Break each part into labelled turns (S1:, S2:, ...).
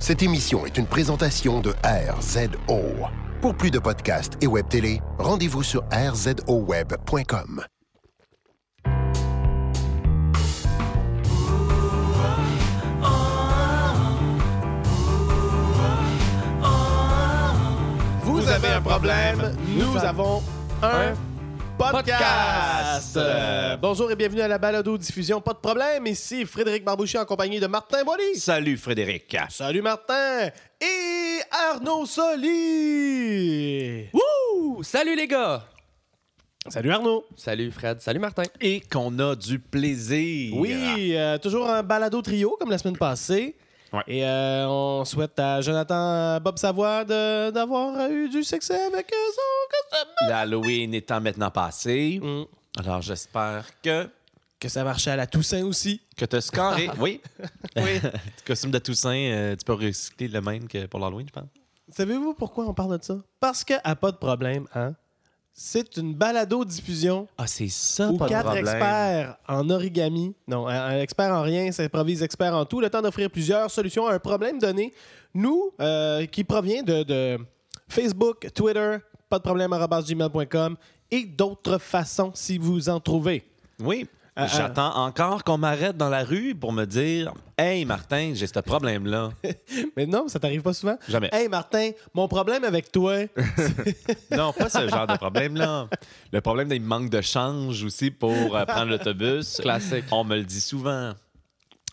S1: Cette émission est une présentation de RZO. Pour plus de podcasts et web télé, rendez-vous sur rzoweb.com.
S2: Vous avez un problème, nous avons un podcast.
S3: podcast.
S2: Euh, bonjour et bienvenue à la balado diffusion. Pas de problème, ici Frédéric Barbouchier en compagnie de Martin Boilly.
S3: Salut Frédéric.
S2: Salut Martin et Arnaud Soli.
S4: Wouh! Salut les gars!
S2: Salut Arnaud.
S4: Salut Fred, salut Martin.
S3: Et qu'on a du plaisir.
S2: Oui, euh, toujours un balado trio comme la semaine passée.
S3: Ouais.
S2: Et euh, on souhaite à Jonathan Bob Savoie de- d'avoir eu du succès avec euh, son costume.
S3: L'Halloween étant maintenant passé,
S2: Mm.
S3: alors j'espère que
S2: Que ça marchait à la Toussaint aussi.
S3: que t'as scoré. oui. Oui. Le costume de Toussaint, euh, tu peux recycler le même que pour l'Halloween, je pense.
S2: Savez-vous pourquoi on parle de ça? Parce que, à pas de problème, hein? C'est une balado-diffusion
S3: Ah, c'est ça,
S2: où quatre experts en origami, non, un, un expert en rien s'improvise expert en tout, le temps d'offrir plusieurs solutions à un problème donné. Nous, euh, qui provient de, de Facebook, Twitter, pas de problème, arobase gmail.com et d'autres façons si vous en trouvez.
S3: Oui.
S2: Ah, ah.
S3: J'attends encore qu'on m'arrête dans la rue pour me dire Hey Martin, j'ai ce problème-là.
S2: Mais non, ça t'arrive pas souvent.
S3: Jamais.
S2: Hey Martin, mon problème avec toi,
S3: Non, pas ce genre de problème-là. Le problème d'un manque de change aussi pour euh, prendre l'autobus.
S4: Classique.
S3: On me le dit souvent.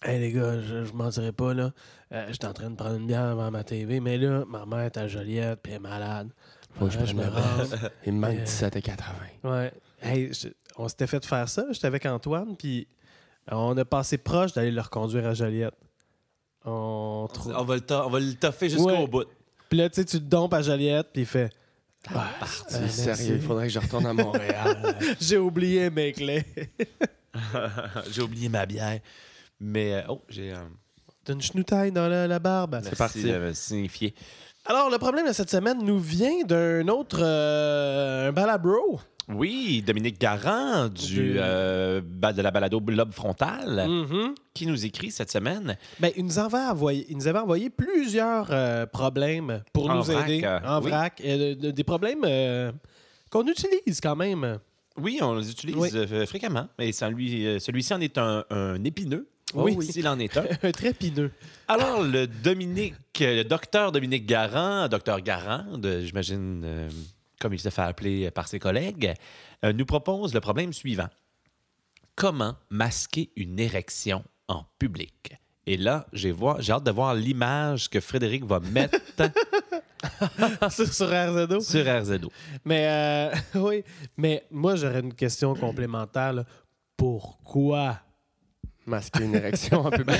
S2: Hey les gars, je, je mentirais pas là. Euh, J'étais en train de prendre une bière avant ma TV, mais là, ma mère est à Joliette, puis elle est malade.
S4: Faut que je
S2: Ouais,
S4: prenne
S2: me
S4: le
S2: rase.
S4: Il me manque
S2: Euh,
S4: 17 et 80.
S2: Ouais. Hey, je- on s'était fait faire ça. J'étais avec Antoine, puis euh, on a passé proche d'aller le reconduire à Joliette. On trouve.
S3: On va le, to- on va le toffer jusqu'au
S2: Ouais.
S3: bout.
S2: Puis là, tu sais, tu te dompes à Joliette, puis il fait Ah, euh,
S4: C'est
S2: merci.
S4: Ah, bah, sérieux, il faudrait que je retourne à Montréal.
S2: J'ai oublié mes clés.
S3: Ah, j'ai oublié ma bière. Mais, euh, oh, j'ai un.
S2: T'as une chenoutaille dans la, la barbe.
S3: Merci
S4: parti.
S3: de me signifier.
S2: Alors, le problème de cette semaine nous vient d'un autre. euh, un balabro.
S3: Oui, Dominique Garand du,
S2: Du-
S3: euh, ba- de la balado Blob Frontal
S2: Mhm.
S3: qui nous écrit cette semaine.
S2: Ben, il, nous avait envoyé, il nous avait envoyé plusieurs euh, problèmes pour
S3: En
S2: nous
S3: vrac,
S2: aider
S3: euh,
S2: en
S3: oui.
S2: vrac. Euh, de- de- des problèmes euh, qu'on utilise quand même. euh,
S3: Oui, on les utilise
S2: Oui.
S3: euh, fréquemment. Et celui- euh, celui-ci en est un, un épineux.
S2: Oui.
S3: s'il en est un.
S2: Un très pineux.
S3: Alors, le Dominique, euh, le docteur Dominique Garand, docteur Garand, de- j'imagine, euh, comme il se fait appeler euh, par ses collègues, euh, nous propose le problème suivant. Comment masquer une érection en public? Et là, j'ai voi- j'ai hâte de voir l'image que Frédéric va mettre Ah,
S2: sur, sur RZO.
S3: sur RZO.
S2: Mais, euh, oui. Mais moi, j'aurais une question complémentaire. là. Pourquoi?
S4: Masquer une érection en public.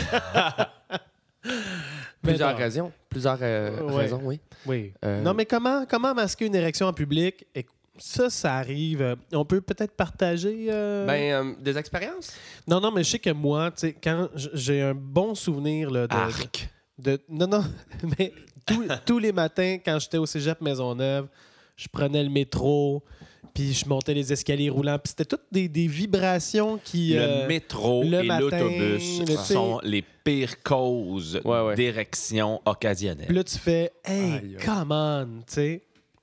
S4: Plusieurs
S2: Mettons.
S4: raisons. Plusieurs euh,
S2: Ouais.
S4: raisons, oui.
S2: Oui.
S4: Euh,
S2: Non, mais comment, comment masquer une érection en public? Et ça, ça arrive. Euh, On peut peut-être partager. euh,
S4: Ben, euh, des expériences?
S2: Non, non, mais je sais que moi, tu sais, quand j- j'ai un bon souvenir là, de,
S4: Euh,
S3: Arc.
S2: De- Non, non, mais tous- tous les matins, quand j'étais au cégep Maisonneuve, je prenais le métro, puis je montais les escaliers roulants, puis c'était toutes des, des vibrations qui...
S3: le
S2: euh,
S3: métro
S2: le
S3: et
S2: matin,
S3: l'autobus
S2: le-
S3: sont les pires causes
S4: Ouais, ouais.
S3: d'érection
S2: puis
S3: occasionnelle.
S2: là, tu fais « Hey,
S4: Aïe.
S2: come on! » tu sais.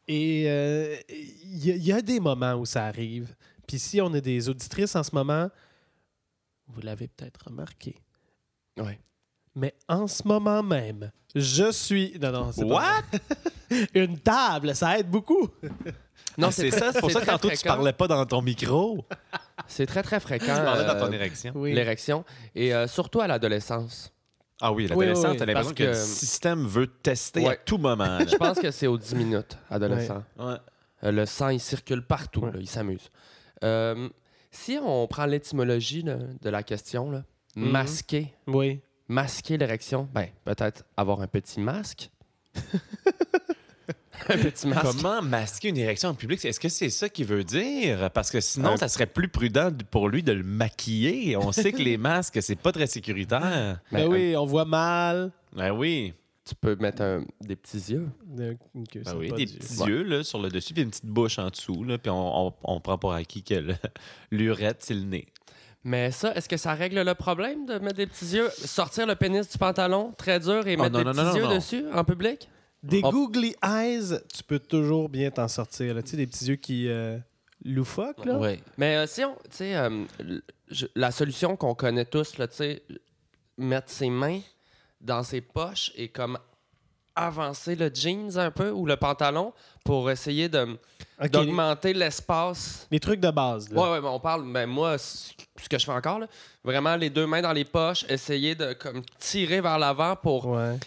S2: Et euh, il y, a- il y a des moments où ça arrive. Puis si on est des auditrices en ce moment, vous l'avez peut-être remarqué,
S4: Oui.
S2: mais en ce moment même, je suis... Non, non, c'est pas vrai.
S3: What?
S2: Une table, ça aide beaucoup!
S4: Non,
S3: Ah,
S4: c'est
S3: c'est
S4: très-
S3: ça, c'est pour
S4: c'est
S3: ça que
S4: très
S3: tantôt tu
S4: fréquent.
S3: parlais pas dans ton micro.
S4: C'est très, très fréquent.
S3: Tu parlais dans
S4: euh,
S3: ton érection.
S2: Oui.
S4: L'érection. Et euh, surtout à l'adolescence.
S3: Ah oui,
S2: Oui,
S3: l'adolescent,
S2: oui, oui,
S3: t'as l'impression
S4: parce
S3: que, le
S4: que-
S3: système veut te tester à
S4: Ouais.
S3: tout moment. là.
S4: Je pense que c'est aux 10 minutes, adolescent.
S3: Ouais.
S4: Euh, Le sang, il circule partout.
S2: Ouais.
S4: là, il s'amuse. Euh, si on prend l'étymologie là, de la question, là,
S2: Mhm.
S4: masquer,
S2: Oui.
S4: masquer l'érection, ben, peut-être avoir un petit masque. un petit masque.
S3: Comment masquer une érection en public? Est-ce que c'est ça qu'il veut dire? Parce que sinon,
S4: Euh,
S3: ça serait plus prudent de- pour lui de le maquiller. On sait que les masques, c'est pas très sécuritaire.
S2: Ben,
S4: Ben,
S2: oui, on voit mal.
S3: Ben oui.
S4: un- tu peux mettre un- des petits yeux.
S2: De- Euh, que
S3: Ben
S2: c'est
S3: oui,
S2: pas
S3: des
S2: du-
S3: petits
S4: Ouais.
S3: yeux là, sur le dessus, puis une petite bouche en dessous. là, puis on, on- on prend pour acquis que le- l'urette, c'est le nez.
S4: Mais ça, est-ce que ça règle le problème de mettre des petits yeux, sortir le pénis du pantalon très dur et
S3: Oh,
S4: mettre
S3: non,
S4: des
S3: non,
S4: petits
S3: non, non,
S4: yeux
S3: non.
S4: dessus en public?
S2: Des
S4: On-
S2: googly eyes, tu peux toujours bien t'en sortir. là. Tu sais, des petits yeux qui euh, loufoquent. Là.
S3: Oui.
S4: Mais euh, si on, tu sais, euh, l- je- la solution qu'on connaît tous, là, tu sais, mettre ses mains dans ses poches et comme avancer le jeans un peu ou le pantalon pour essayer de
S2: Ok,
S4: d'augmenter l'espace.
S2: Les trucs de base. là.
S4: Ouais, ouais, mais on parle, ben moi, c- ce que je fais encore, là, vraiment les deux mains dans les poches, essayer de comme tirer vers l'avant pour
S2: Ouais.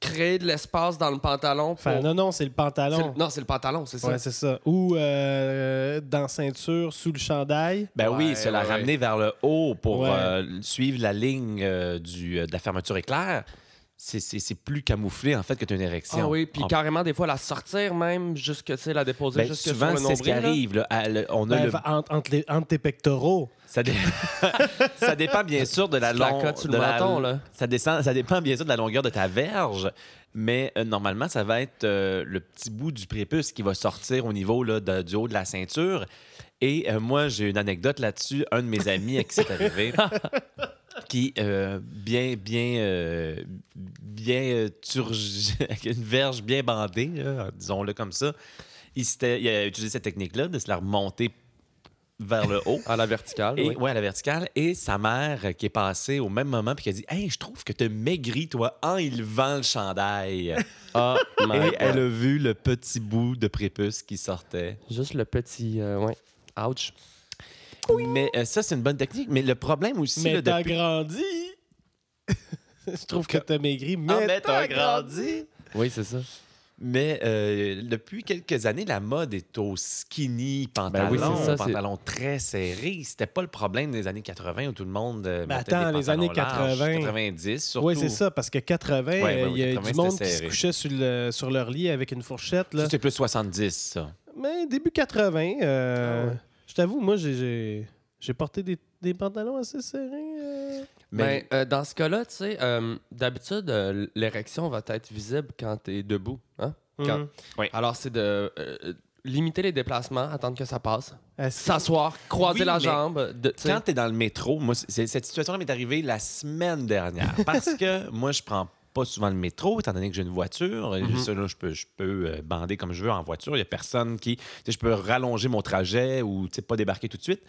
S4: créer de l'espace dans le pantalon.
S2: Enfin,
S4: pour-
S3: Oh.
S2: non, non, c'est le
S4: C'est le-
S2: pantalon.
S4: Non, c'est le pantalon, c'est ça.
S2: Ouais, c'est ça. Ou euh, dans ceinture, sous le chandail.
S3: Ben
S4: Ouais,
S3: oui, se la
S4: ouais,
S3: ramener vers le haut pour
S2: Ouais.
S3: euh, suivre la ligne euh, du, euh, de la fermeture éclair, c'est- c'est c'est plus camouflé en fait que t'as une érection.
S4: Ah oui, puis
S3: On-
S4: carrément, des fois, la sortir même, jusque, tu sais, la déposer
S3: ben,
S4: jusque
S3: souvent,
S4: sur
S3: c'est
S4: le nombril.
S3: ce qui
S4: là.
S3: arrive. là, à le- on a
S2: Ben,
S3: le-
S2: fa- entre, entre les- entre tes pectoraux.
S3: ça, dé- ça dépend bien sûr de la
S4: Tu te la
S3: longueur.
S4: cotes sur le menton, là.
S3: Ça, descend- ça dépend bien sûr de la longueur de ta verge, mais euh, normalement, ça va être euh, le petit bout du prépuce qui va sortir au niveau là, de- du haut de la ceinture. Et euh, moi, j'ai une anecdote là-dessus. Un de mes amis à qui c'est arrivé, qui euh, bien, bien, euh, bien euh, turgi- avec une verge bien bandée, là, disons-le comme ça. Il, s'était- il a utilisé cette technique-là de se la remonter vers le haut.
S4: À la
S2: Ah,
S4: verticale,
S3: Et,
S4: oui.
S3: ouais, à la verticale. Et sa mère euh, qui est passée au même moment puis qui a dit Hey, je trouve que tu maigris, toi, en élevant le chandail.
S4: Ah,
S3: et
S4: my
S3: elle
S4: God.
S3: a vu le petit bout de prépuce qui sortait.
S4: Juste le petit... euh, ouais. Ouch.
S3: Mais euh, ça, c'est une bonne technique. Mais le problème aussi,
S2: mais
S3: là,
S2: t'as
S3: depuis-
S2: grandi. Je trouve que t'as maigri, mais,
S3: Ah, mais
S2: t'as
S3: t'as
S2: grandi.
S4: Oui, c'est ça.
S3: mais euh, depuis quelques années, la mode est au
S2: Ben
S3: skinny pantalon,
S4: oui, c'est ça, c'est-
S3: pantalon très serré. C'était pas le problème des années 80 où tout le monde. euh,
S2: Ben
S3: mettait des
S2: attends, les
S3: pantalons
S2: années
S3: larges,
S2: 80.
S3: 90 surtout.
S2: Oui, c'est ça, parce que 80, euh, il
S3: ouais,
S2: y a eu
S3: 80,
S2: du monde
S3: c'était
S2: qui se
S3: serré.
S2: couchait sur, le- sur leur lit avec une fourchette. Là.
S3: Ça, c'est plus 70, ça.
S2: Mais début 80, euh,
S4: Ah ouais.
S2: je t'avoue, moi, j'ai- j'ai j'ai porté des, des pantalons assez serrés. euh.
S3: Mais
S4: Ben, euh, dans ce cas-là, tu sais, euh, d'habitude, euh, l'érection va être visible quand t'es debout. Hein? Quand-
S2: Mhm.
S4: Alors, c'est de... euh, limiter les déplacements, attendre que Euh, ça passe.
S2: Assis.
S4: S'asseoir, croiser
S3: Oui,
S4: la
S3: mais
S4: jambe. De, tu sais.
S3: quand tu es dans le métro, moi, c'est- cette situation-là m'est arrivée la semaine dernière parce que moi, je prends pas souvent le métro, étant donné que j'ai une voiture. Et
S4: Mm-hmm.
S3: ça, là, je peux, je peux euh, bander comme je veux en voiture. Il n'y a personne qui... tu sais, Je peux rallonger mon trajet ou tu sais, pas débarquer tout de suite.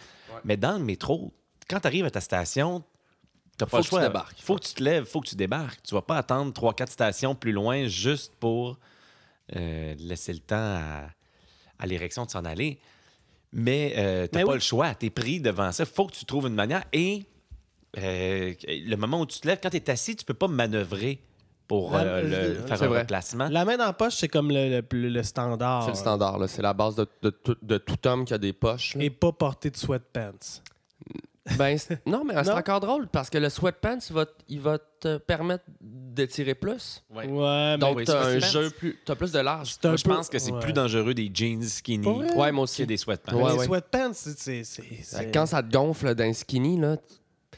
S3: Mais dans le métro, quand tu arrives à ta station, t'as
S4: Faut
S3: pas le
S4: que
S3: choix.
S4: tu débarques.
S3: Faut que tu te lèves, faut que tu débarques. Tu vas pas attendre 3-4 stations plus loin juste pour euh, laisser le temps à, à l'érection de s'en aller. Mais euh, t'as
S4: Ben
S2: Mais
S3: pas
S2: oui.
S3: le choix, t'es pris devant ça. Faut que tu trouves une manière. Et euh, le moment où tu te lèves, quand t'es assis, tu peux pas manœuvrer pour
S2: La-
S3: euh, le-
S2: je-
S3: faire
S4: Ah, c'est
S3: un
S4: vrai.
S3: replacement.
S2: La main dans la poche, c'est comme le, le- le standard.
S4: C'est le standard, là. C'est la base de, de tout- de tout homme qui a des poches. là.
S2: Et pas porter de sweatpants.
S4: Ben, c'est- non, mais c'est
S2: Non.
S4: encore drôle parce que le sweatpants, il va, t- il va te permettre d'étirer plus.
S2: Ouais, mais
S3: Ouais.
S4: Donc,
S3: Ah, ben oui,
S4: t'as un
S3: sweatpants.
S4: jeu plus. T'as plus de large.
S2: c'est un
S3: Moi, je
S2: peu-
S3: pense que c'est
S2: ouais.
S3: plus dangereux des jeans skinny
S2: Pour vrai?
S4: Ouais, moi
S3: que
S4: aussi.
S3: des sweatpants.
S2: Mais
S4: Ouais,
S2: les
S4: ouais.
S2: sweatpants, c'est- c'est. c'est- c'est-
S4: Quand ça te gonfle d'un skinny, là,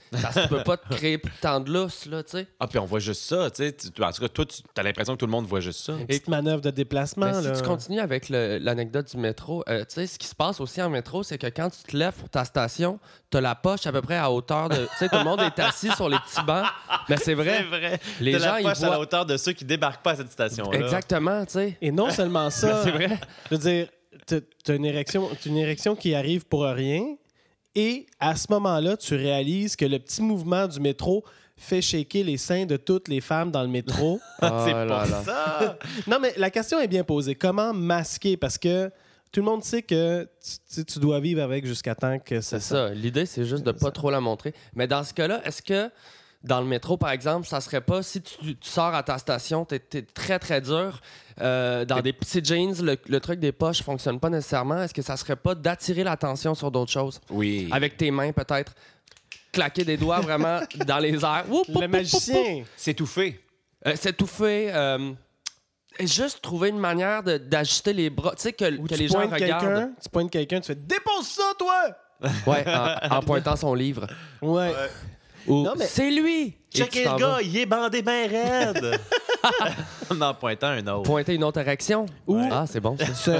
S4: parce que tu peux pas te créer tant de lousse, là, tu sais.
S3: Ah, puis on voit juste ça, tu sais. Tu- En tout cas, toi, tu as l'impression que tout le monde voit juste ça.
S2: Une petite manœuvre de déplacement.
S4: Mais Ben, si
S2: là.
S4: tu continues avec le- l'anecdote du métro, euh, tu sais, ce qui se passe aussi en métro, c'est que quand tu te lèves pour ta station, t'as la poche à peu près à hauteur de. Tu sais, tout le monde est assis sur les petits bancs. Mais c'est vrai.
S3: vrai.
S4: Les
S3: T'as
S4: gens,
S3: la
S4: ils
S3: poche à la
S4: voient-
S3: hauteur de ceux qui débarquent pas à cette station-là.
S4: Exactement, tu sais.
S2: Et non seulement ça,
S4: Ben, C'est vrai.
S2: je veux dire, t'as- t'as une érection, t'as une érection qui arrive pour rien, et à ce moment-là, tu réalises que le petit mouvement du métro fait shaker les seins de toutes les femmes dans le métro.
S3: C'est
S4: Ah
S3: pour
S4: là là.
S3: ça.
S2: non, mais la question est bien posée. Comment masquer? Parce que tout le monde sait que tu- tu, tu dois vivre avec jusqu'à temps que ça...
S4: C'est ça. L'idée, c'est juste de pas trop la montrer. Mais dans ce cas-là, est-ce que dans le métro, par exemple, ça serait pas si tu, tu sors à ta station, t'es es très très dur, euh, dans des petits jeans, le, le truc des poches fonctionne pas nécessairement. Est-ce que ça serait pas d'attirer l'attention sur d'autres choses
S3: Oui.
S4: avec tes mains peut-être, claquer des doigts vraiment dans les airs, Oup, oup, oup, oup,
S2: Le
S4: oup.
S2: magicien!
S3: S'étouffer.
S4: Euh, s'étouffer, euh, et juste trouver une manière de- d'ajuster les bras, tu sais que,
S2: Ou
S4: que
S2: tu
S4: les gens
S2: pointes
S4: regardent,
S2: quelqu'un, tu pointes quelqu'un, tu fais « Dépose ça, toi!
S4: ouais, en, en pointant son livre.
S2: Ouais.
S4: Ou
S2: Non, mais-
S4: c'est lui. Et tu
S3: Checker
S4: t'en
S3: le
S4: vas.
S3: gars, il est bandé bien raide. en en pointant un autre.
S4: Pointer une autre action.
S2: Ou-
S4: Ah, c'est bon. ça.
S2: se,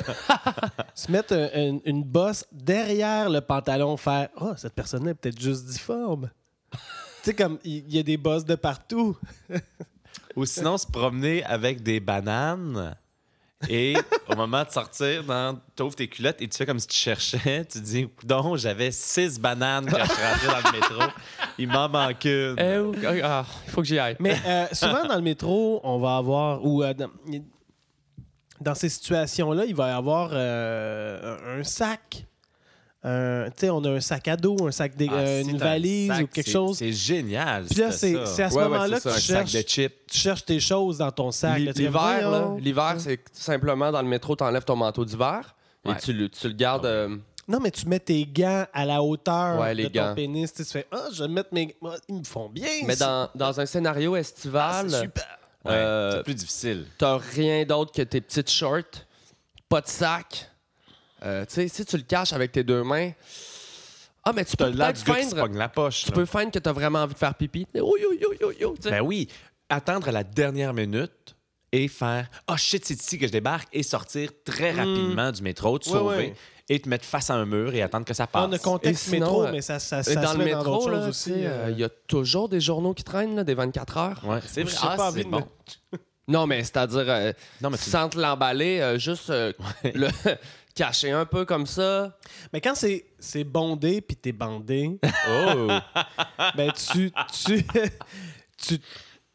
S2: se mettre un- un- une bosse derrière le pantalon, faire Ah, cette personne-là est peut-être juste difforme. tu sais, comme il il y, a des bosses de partout.
S3: Ou sinon, se promener avec des bananes et au moment de sortir, dans- t'ouvres tes culottes et tu fais comme si tu cherchais. Tu dis, donc j'avais six bananes quand je suis rentré dans le métro. Il m'en manque une.
S4: Eh, ou- ah, il faut que j'y aille.
S2: Mais euh, souvent dans le métro, on va avoir. Ou euh, dans, dans ces situations-là, il va y avoir euh, un sac. Un- tu sais, on a un sac à dos, un sac dé-
S3: Ah,
S2: euh,
S3: c'est
S2: une
S3: un
S2: valise
S3: sac,
S2: ou quelque
S3: c'est-
S2: chose.
S3: C'est génial.
S2: Puis là, c'est
S3: ça.
S2: c'est à ce
S4: Ouais, ouais,
S2: moment-là
S4: c'est ça,
S2: que tu
S3: un sac
S2: cherches,
S3: de chips.
S2: tu cherches tes choses dans ton sac. là, tu fais,
S4: L'hiver, là,
S2: Voyons.
S4: l'hiver, c'est simplement dans le métro, t'enlèves ton manteau d'hiver et
S3: Ouais.
S4: tu le, tu le gardes. euh,
S2: Non, mais tu mets tes gants à la hauteur
S4: Ouais, les
S2: de ton
S4: gants.
S2: pénis. Tu sais, tu fais Ah, je vais mettre mes. Ah, Ils me font bien.
S4: mais
S2: ça.
S4: dans, dans un scénario
S2: Ah,
S4: estival,
S2: c'est super.
S3: Ouais,
S4: Euh,
S3: C'est plus difficile.
S4: t'as rien d'autre que tes petites shorts, pas de sac. Euh, tu sais, si tu le caches avec tes deux mains. Ah, mais tu
S3: T'as
S4: peux
S3: l'air
S4: peut-être
S3: du gars qui se
S4: feindre.
S3: pogne la poche.
S4: Tu
S3: là.
S4: peux feindre que t'as vraiment envie de faire pipi. Oh, yo, yo, yo, yo. tu sais.
S3: Ben oui. Attendre à la dernière minute et faire Ah shit, c'est ici que je débarque et sortir très rapidement du métro, te
S2: Ouais,
S3: sauver
S2: ouais.
S3: et te mettre face à un mur et attendre que ça passe.
S2: On a contexte
S4: Et sinon,
S2: métro,
S4: euh,
S2: mais ça, ça,
S4: Et
S2: ça
S4: dans
S2: se
S4: le
S2: met dans
S4: métro,
S2: d'autres
S4: là,
S2: choses
S4: tu
S2: aussi.
S4: sais, euh,
S2: euh,
S4: il y a toujours des journaux qui traînent, là, des 24 heures.
S3: Ouais, c'est vrai.
S2: j'ai
S3: Ah,
S2: pas
S3: c'est
S2: envie de
S3: bon.
S2: me-
S4: Non, mais c'est-à-dire, euh,
S3: Non, mais tu-
S4: sans te l'emballer, euh, juste euh, le cacher un peu comme ça.
S2: Mais quand c'est c'est bondé puis t'es bandé,
S3: Oh!
S2: ben tu, tu, tu,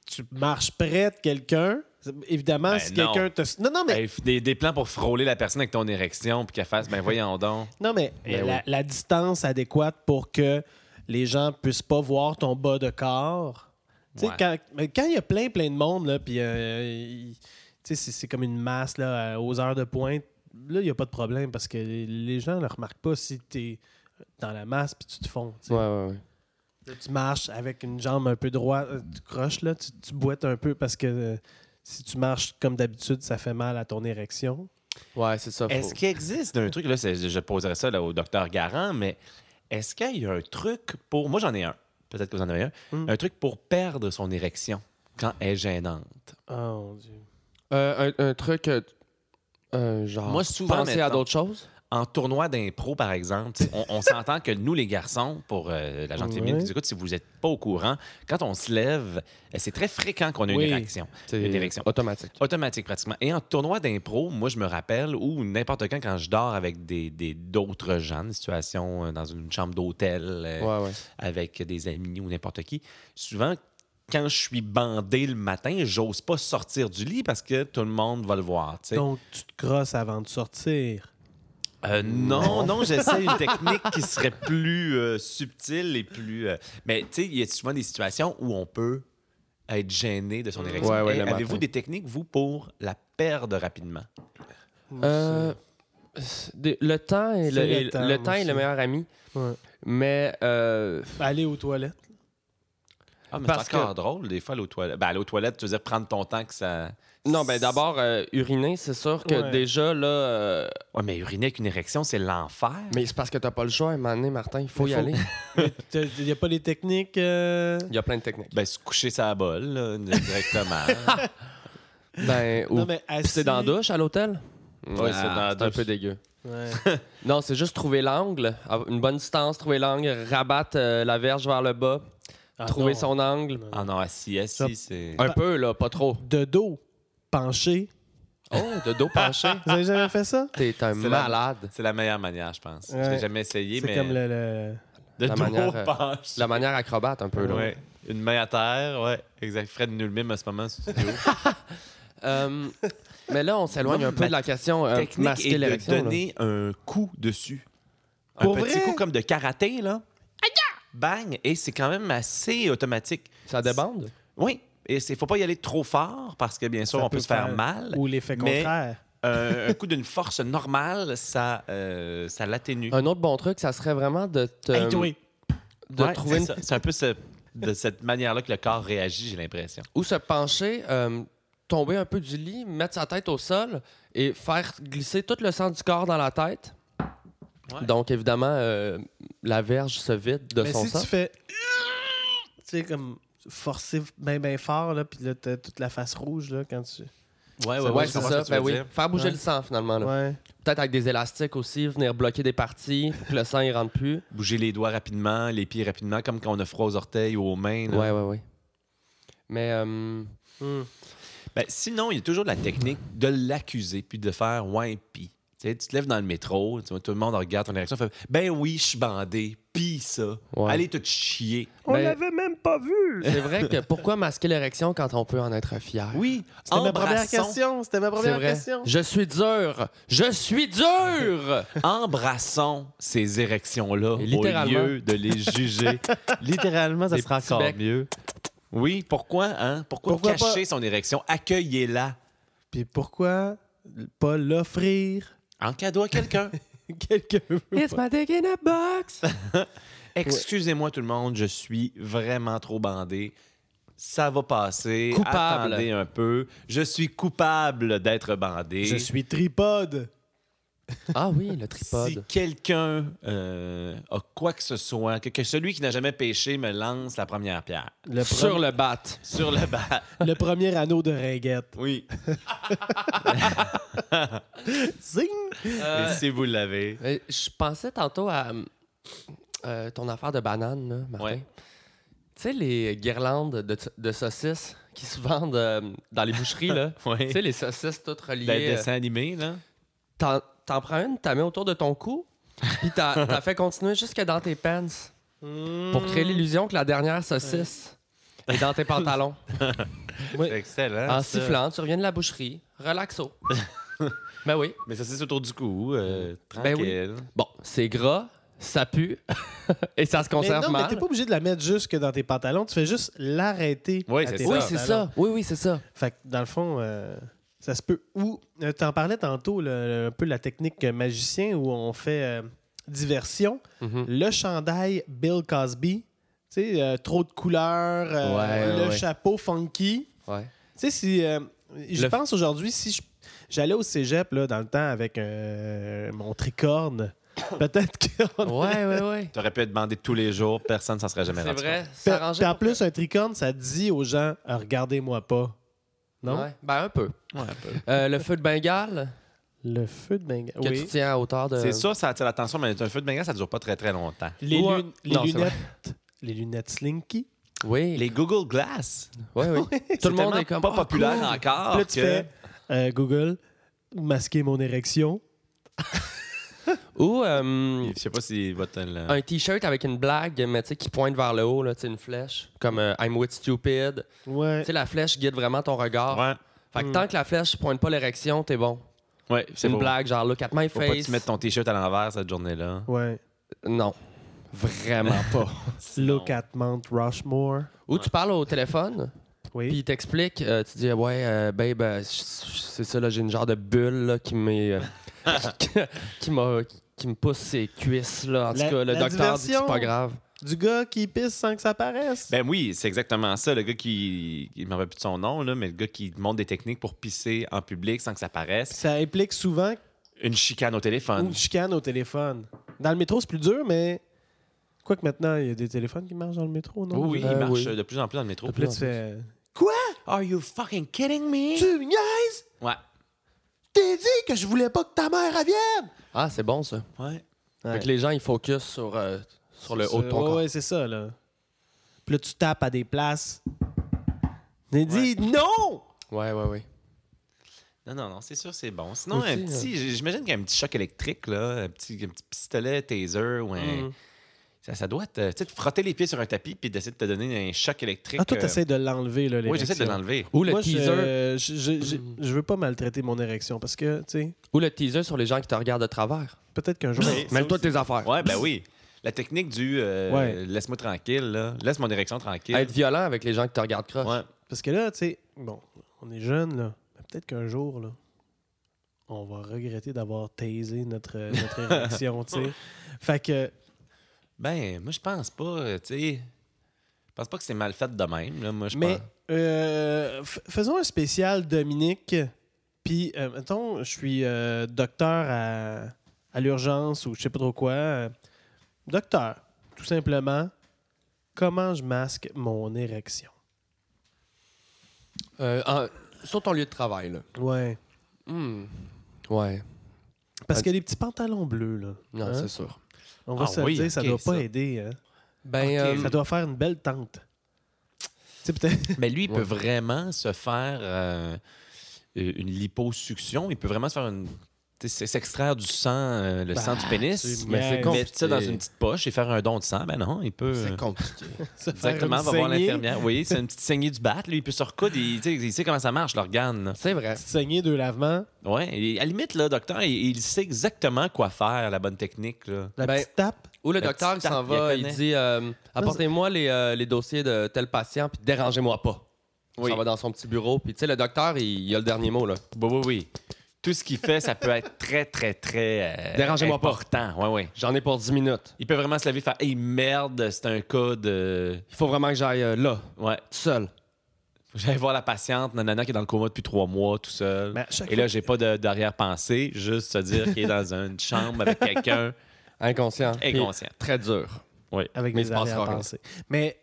S2: tu marches près de quelqu'un. Évidemment,
S3: Ben
S2: si
S3: non.
S2: quelqu'un te. Non, non, mais
S3: Hey, des, des plans pour frôler la personne avec ton érection puis qu'elle fasse Ben voyons donc.
S2: Non, mais
S3: Ben
S2: la,
S3: oui.
S2: la distance adéquate pour que les gens puissent pas voir ton bas de corps. Tu sais,
S3: Ouais.
S2: quand mais quand il y a plein, plein de monde, là, puis euh, il- tu sais, c'est c'est comme une masse là, euh, aux heures de pointe, là, il n'y a pas de problème parce que les, les gens ne remarquent pas si tu es dans la masse puis tu te fonds. tu sais.
S4: ouais, ouais.
S2: Là, Tu marches avec une jambe un peu droite, euh, tu croches, là, tu, tu boites un peu parce que euh, si tu marches comme d'habitude, ça fait mal à ton érection.
S4: Ouais, c'est ça. faut-
S3: Est-ce qu'il existe un truc, là, c'est- je poserai ça là, au docteur Garant, mais est-ce qu'il y a un truc pour. Moi, j'en ai un. Peut-être que vous en avez un.
S2: Mm.
S3: Un truc pour perdre son érection quand elle est gênante.
S2: Oh mon Dieu.
S4: Euh, un, un truc, euh, euh, genre,
S3: Moi, souvent,
S4: penser à
S3: maintenant-
S4: d'autres choses.
S3: En tournoi d'impro, par exemple, tu sais, on, on s'entend que nous, les garçons, pour euh, la gente féminine
S2: Ouais.
S3: qui nous écoute, si vous n'êtes pas au courant, quand on se lève, euh, c'est très fréquent qu'on ait
S2: Oui.
S3: une érection.
S4: C'est
S3: Une érection.
S4: automatique.
S3: Automatique pratiquement. Et en tournoi d'impro, moi je me rappelle, ou n'importe quand quand je dors avec des des- d'autres gens, une situation euh, dans une chambre d'hôtel, euh,
S4: Ouais, ouais.
S3: avec des amis ou n'importe qui, souvent quand je suis bandé le matin, j'ose pas sortir du lit parce que tout le monde va le voir. tu sais.
S2: Donc, tu te crosses avant de sortir.
S3: Euh, non, non, j'essaie une technique qui serait plus euh, subtile et plus. euh, Mais tu sais, il y a souvent des situations où on peut être gêné de son érection.
S4: Ouais, ouais,
S3: Et
S4: le matin.
S3: Avez-vous des techniques, vous, pour la perdre rapidement?
S4: Euh, des- le temps est
S2: C'est
S4: le,
S2: le
S4: est- le
S2: temps,
S4: temps,
S2: moi
S4: est le
S2: aussi.
S4: meilleur ami.
S2: Ouais.
S4: Mais euh,
S2: Aller aux toilettes.
S3: Ah, mais
S4: Parce
S3: c'est encore drôle, des fois, aller aux toilettes. Ben, aller aux toilettes, tu veux dire prendre ton temps que ça.
S4: non, ben d'abord, euh, uriner, c'est sûr que
S2: Ouais.
S4: déjà, là. euh,
S3: Ouais, mais uriner avec une érection, c'est l'enfer.
S4: mais c'est parce que t'as pas le choix à un moment donné, Martin. Il faut
S2: Il
S4: y
S2: faut.
S4: aller.
S2: Il n'y a pas les techniques. euh,
S4: Il y a plein de techniques.
S3: Ben, se coucher sa bol, là, directement.
S4: Ben, ou
S2: Non, mais assis-
S4: pisser dans la douche à l'hôtel. Ouais,
S3: c'est dans la
S4: c'est un
S3: douche.
S4: peu dégueu.
S2: Ouais.
S4: Non, c'est juste trouver l'angle, avoir une bonne distance, trouver l'angle, rabattre euh, la verge vers le bas,
S2: Ah
S4: trouver
S2: non.
S4: son angle.
S3: ah non, assis,
S2: Ça-
S3: assis, c'est.
S4: Un peu, là, pas trop.
S2: De dos, penché.
S4: Oh, de dos penché.
S2: Vous avez jamais fait ça?
S4: T'es un
S3: C'est la-
S4: malade.
S3: C'est la meilleure manière, je pense. Je
S2: Ouais.
S3: l'ai jamais essayé,
S2: C'est
S3: mais.
S2: comme le. le-
S3: De
S4: La
S3: dos
S4: manière, euh,
S3: penché.
S4: La manière acrobate, un peu, là.
S3: Ouais. Une main à terre, ouais. Exact. Fred Nulmim à ce moment sur le studio.
S4: Euh, mais là, on s'éloigne
S3: Moi,
S4: un peu
S3: ma
S4: de la question euh,
S3: Technique
S4: masquer
S3: est de
S4: l'érection. là.
S3: donner un coup dessus. Un
S2: Pour
S3: petit
S2: vrai?
S3: coup comme de karaté, là. Bang! Et c'est quand même assez automatique.
S4: Ça débande?
S3: Oui. Et il faut pas y aller trop fort parce que, bien sûr,
S2: Ça
S3: on peut, se faire, mal.
S2: Ou l'effet
S3: mais-
S2: contraire.
S3: Euh, un coup d'une force normale, ça, euh, ça l'atténue.
S4: Un autre bon truc, ça serait vraiment de te- euh,
S2: Hey, toi,
S4: de
S3: Ouais,
S4: trouver
S3: c'est
S4: une-
S3: ça. C'est un peu ce- de cette manière-là que le corps réagit, j'ai l'impression.
S4: ou se pencher, euh, tomber un peu du lit, mettre sa tête au sol et faire glisser tout le sang du corps dans la tête.
S3: Ouais.
S4: Donc, évidemment, euh, la verge se vide de
S2: mais
S4: son
S2: si
S4: sang.
S2: tu fais. Tu sais, comme. forcer bien ben fort, là, puis là, t'as toute la face rouge, là, quand tu...
S3: Ouais,
S2: ouais,
S4: Ouais,
S2: je
S4: c'est
S2: comprends
S4: ça. Ben oui. Faire bouger
S2: Ouais.
S4: le sang, finalement. là.
S2: Ouais.
S4: Peut-être avec des élastiques aussi, venir bloquer des parties, pour que le sang, il rentre plus.
S3: Bouger les doigts rapidement, les pieds rapidement, comme quand on a froid aux orteils ou aux mains. là.
S4: Ouais, ouais, ouais. Mais. euh,
S3: Ben, sinon, il y a toujours la technique de l'accuser puis de faire ouais, pis. Tu sais, tu te lèves dans le métro, tu vois, tout le monde regarde ton érection, fait ben oui, je suis bandé, pis ça.
S4: Ouais.
S3: Allez te chier.
S4: On Ben- l'avait
S2: même pas vu!
S4: C'est vrai que pourquoi masquer l'érection quand on peut en être fier?
S3: Oui,
S2: C'était ma première
S3: embrassons-
S2: question, c'était ma
S4: c'est
S2: première
S4: vrai.
S2: question.
S4: Je suis dur! Je suis dur!
S3: Embrassons ces érections-là
S4: Et
S3: au
S4: littéralement.
S3: lieu de les juger. littéralement, ça
S4: Des
S3: sera
S4: petits
S3: encore
S4: becs.
S3: mieux. Oui, pourquoi, hein? Pourquoi,
S2: Pourquoi
S3: cacher son érection? Accueillez-la
S2: Puis pourquoi pas l'offrir
S3: en cadeau à quelqu'un.
S2: quelqu'un?
S4: It's my dick in a box!
S3: Excusez-moi tout le monde, je suis vraiment trop bandé. Ça va passer.
S4: Coupable.
S3: Attendez un peu. Je suis coupable d'être bandé.
S2: Je suis tripode!
S4: Ah oui, le
S3: Si
S4: tripode.
S3: quelqu'un euh, a quoi que ce soit, que, que celui qui n'a jamais péché me lance la première pierre
S2: Le, pre-
S4: Sur le bat.
S3: sur le bas.
S2: le premier anneau de ringuette.
S3: Oui.
S2: Zing!
S3: Et si vous l'avez.
S4: Euh, Je pensais tantôt à euh, ton affaire de banane, là, Martin.
S3: Ouais.
S4: Tu sais, les guirlandes de, de saucisses qui se vendent euh, dans les boucheries, là.
S3: Oui.
S4: tu sais, les saucisses toutes
S3: Le
S4: reliées. euh,
S3: dessin animé, là.
S4: T'en t'en prends une, t'as mets autour de ton cou, puis t'as t'as fait continuer jusque dans tes pants
S3: Hmm.
S4: pour créer l'illusion que la dernière saucisse est dans tes pantalons. Euh,
S3: C'est excellent.
S4: en
S3: ça.
S4: sifflant, tu reviens de la boucherie, relaxo. ben oui.
S3: Mais ça, c'est autour du cou. euh,
S4: Ben oui.
S3: tranquille.
S4: Bon, c'est gras, ça pue, et ça se
S2: Mais
S4: conserve
S2: non, mais
S4: mal.
S2: t'es pas obligé de la mettre jusque dans tes pantalons, tu fais juste l'arrêter.
S3: Oui,
S2: à
S3: c'est
S2: tes
S3: ça.
S4: Oui,
S2: pantalons.
S4: c'est ça. Oui, oui, c'est ça.
S2: Fait que dans le fond, euh, ça se peut. Ou, euh, t'en parlais tantôt, là, un peu la technique euh, magicien où on fait euh, diversion.
S3: Mhm.
S2: Le chandail Bill Cosby, tu sais, euh, trop de couleurs, euh,
S4: Ouais,
S2: le
S4: ouais.
S2: chapeau funky.
S4: Ouais.
S2: Tu sais, si. euh, je
S4: Le-
S2: pense aujourd'hui, si je- j'allais au cégep là, dans le temps avec euh, mon tricorne, peut-être qu'on
S4: Ouais, ouais, ouais.
S3: T'aurais pu être bandé tous les jours, personne ne s'en serait jamais
S4: C'est
S3: rendu
S4: vrai.
S2: Puis
S4: Ça arrangeait
S2: en
S4: pour que-
S2: plus, un tricorne, ça dit aux gens Ah, Regardez-moi pas. Non
S4: Ouais. Ben, un peu.
S3: compte. Ouais, un peu.
S4: Euh, le feu de Bengale
S2: Le feu de Bengale.
S4: que
S2: Oui.
S4: tu tiens à hauteur
S2: Euh,
S4: de.
S3: C'est sûr, ça attire l'attention, mais un feu de bengale, ça ne dure pas très, très longtemps.
S2: Les,
S4: Ou un-
S2: lun- les
S4: Non, c'est vrai.
S2: lunettes. Les lunettes Slinky.
S4: Oui.
S3: Les Google Glass,
S4: Oui, oui. Tout
S3: c'est
S4: le monde
S3: tellement
S4: est comme.
S3: pas
S4: Ah,
S3: populaire
S4: cool.
S3: encore
S2: Puis là, tu
S3: que-
S2: fais euh, Google, masquer mon érection.
S4: Ou euh,
S3: Je sais pas si votre... le-
S4: un t-shirt avec une blague, mais tu sais, qui pointe vers le haut, là, tu sais, une flèche. Comme euh, I'm with stupid.
S2: Ouais.
S4: Tu sais, la flèche guide vraiment ton regard.
S3: Ouais,
S4: Fait que tant que la flèche pointe pas l'érection, t'es bon.
S3: ouais
S4: C'est
S3: c'est
S4: une
S3: beau.
S4: blague, genre look at my
S3: Faut
S4: face.
S3: pas que tu mettes ton t-shirt à l'envers cette journée-là.
S2: Ouais.
S4: Non. Vraiment pas.
S2: Look at Mount Rushmore.
S4: Ou tu parles au téléphone.
S2: Oui.
S4: Puis il t'explique, euh, tu dis, ouais, euh, babe, euh, j- j- c'est ça, là, j'ai une genre de bulle là, qui m'est. euh, qui m'a. qui me pousse ses cuisses, là.
S2: La-
S4: En tout cas, le
S2: la
S4: docteur dit que
S2: diversion.
S4: c'est pas grave.
S2: Du gars qui pisse sans que ça paraisse.
S3: Ben oui, c'est exactement ça. Le gars qui... Il m'en rappelle plus de son nom, là, mais le gars qui montre des techniques pour pisser en public sans que ça paraisse.
S2: Ça implique souvent
S3: Une chicane au téléphone.
S2: une chicane au téléphone. Dans le métro, c'est plus dur, mais. Quoique maintenant, il y a des téléphones qui marchent dans le métro, non?
S3: Oui, oui,
S4: Euh,
S3: il marche
S4: oui.
S3: de plus en plus dans le métro.
S2: Puis là, Ah tu fais.
S3: Are you fucking kidding me?
S2: Tu me niaises?
S3: Ouais.
S2: T'es dit que je voulais pas que ta mère elle vienne!
S4: Ah, c'est bon, ça.
S3: Ouais.
S2: Ouais.
S4: Fait que les gens, ils focus sur, euh, sur le haut de ton
S2: Ouais,
S4: corps.
S2: ouais, c'est ça, là. Puis là, tu tapes à des places. Mais dis non!
S4: Ouais, ouais, ouais.
S3: Non, non, non, c'est sûr, c'est bon. Sinon,
S4: Aussi,
S3: un
S2: euh,
S3: petit, j- j'imagine qu'un petit choc électrique, là, un petit, un petit pistolet taser ou un.
S2: Mm.
S3: Ça, ça doit te, tu sais, te frotter les pieds sur un tapis puis d'essayer de te donner un choc électrique.
S2: Ah, toi,
S3: euh,
S2: t'essaies de l'enlever, là,
S3: Oui, j'essaie de
S2: l'érection.
S3: l'enlever.
S4: Ou le,
S2: Moi, je,
S4: teaser,
S2: euh, je, je- je- je veux pas maltraiter mon érection parce que, tu sais,
S4: ou le teaser sur les gens qui te regardent de travers.
S2: peut-être qu'un jour.
S3: Mais-
S4: Même toi tes affaires.
S3: Ouais, ben oui. La technique du euh,
S2: Ouais.
S3: laisse-moi tranquille, là. laisse mon érection tranquille.
S4: Être violent avec les gens qui te regardent croche.
S3: Ouais.
S2: Parce que là, tu sais, bon, on est jeune, là. Mais peut-être qu'un jour, là, on va regretter d'avoir taisé notre, notre érection, tu sais. Fait que,
S3: Ben, moi, je pense pas, euh, tu sais. Je pense pas que c'est mal fait de même, là, moi, je
S2: mais
S3: pense.
S2: euh, f- faisons un spécial Dominique. Puis, euh, mettons, je suis euh, docteur à, à l'urgence ou je sais pas trop quoi. euh, docteur, tout simplement. Comment je masque mon érection?
S4: Euh, en- sur ton lieu de travail, là.
S2: Ouais.
S4: Hmm. Ouais.
S2: Parce
S4: Ok.
S2: que les petits pantalons bleus, là.
S4: Non,
S2: hein,
S4: c'est sûr.
S2: On va
S3: Ah
S2: se
S3: oui,
S2: le dire, ça
S3: ok,
S2: doit pas
S3: ça. Hum.
S2: aider. hein.
S4: Ben, euh,
S2: Ça doit faire une belle tente. Tu sais, peut-être.
S3: Mais lui, il
S4: Ouais.
S3: peut vraiment se faire euh, une liposuction. Il peut vraiment se faire une. tu sais, s'extraire du sang, euh, le
S2: Bah,
S3: sang du pénis,
S2: mais c'est
S3: mettre ça
S4: compliqué.
S3: dans une petite poche et faire un don de sang. Ben non, il peut.
S5: C'est
S3: euh,
S5: compliqué.
S2: se faire
S3: Exactement,
S2: une
S3: va voir
S2: saignée,
S3: l'infirmière. Oui, c'est une petite saignée du bat. Lui, il peut se recoudre. Il, tu sais, il sait comment ça marche, l'organe. là.
S4: c'est vrai.
S2: Petite saignée, deux lavements,
S3: Ouais, et à la limite, le docteur, il, il sait exactement quoi faire, la bonne technique. là.
S2: la
S4: Ben,
S2: petite tape.
S4: Ou le
S3: La
S4: docteur, il
S3: petite
S4: s'en
S3: tape, il la
S4: va, il
S3: connaît.
S4: dit euh, Apportez-moi les, euh, les dossiers de tel patient, puis dérangez-moi pas. Il
S3: Oui.
S4: s'en va dans son petit bureau, puis tu sais, le docteur, il, il a le dernier mot, là.
S3: Oui, oui, oui. Tout ce qu'il fait, ça peut être très, très, très. euh,
S4: Dérangez-moi pas.
S3: important. Ouais, ouais.
S4: J'en ai pour 10 minutes.
S3: Il peut vraiment se lever et faire Hey, merde, c'est un cas de.
S4: Il faut vraiment que j'aille euh, là,
S3: Ouais.
S4: tout seul.
S3: J'allais voir la patiente, nanana, qui est dans le coma depuis trois mois, tout seul.
S2: Mais Ben, à chaque
S3: Et là, j'ai pas de- d'arrière-pensée, juste se dire qu'il est dans une chambre avec quelqu'un.
S4: Inconscient. puis
S3: Inconscient.
S4: Très dur.
S3: Oui.
S2: Avec
S4: Mais
S2: des
S4: il se passera rien.
S2: arrière-pensées. Mais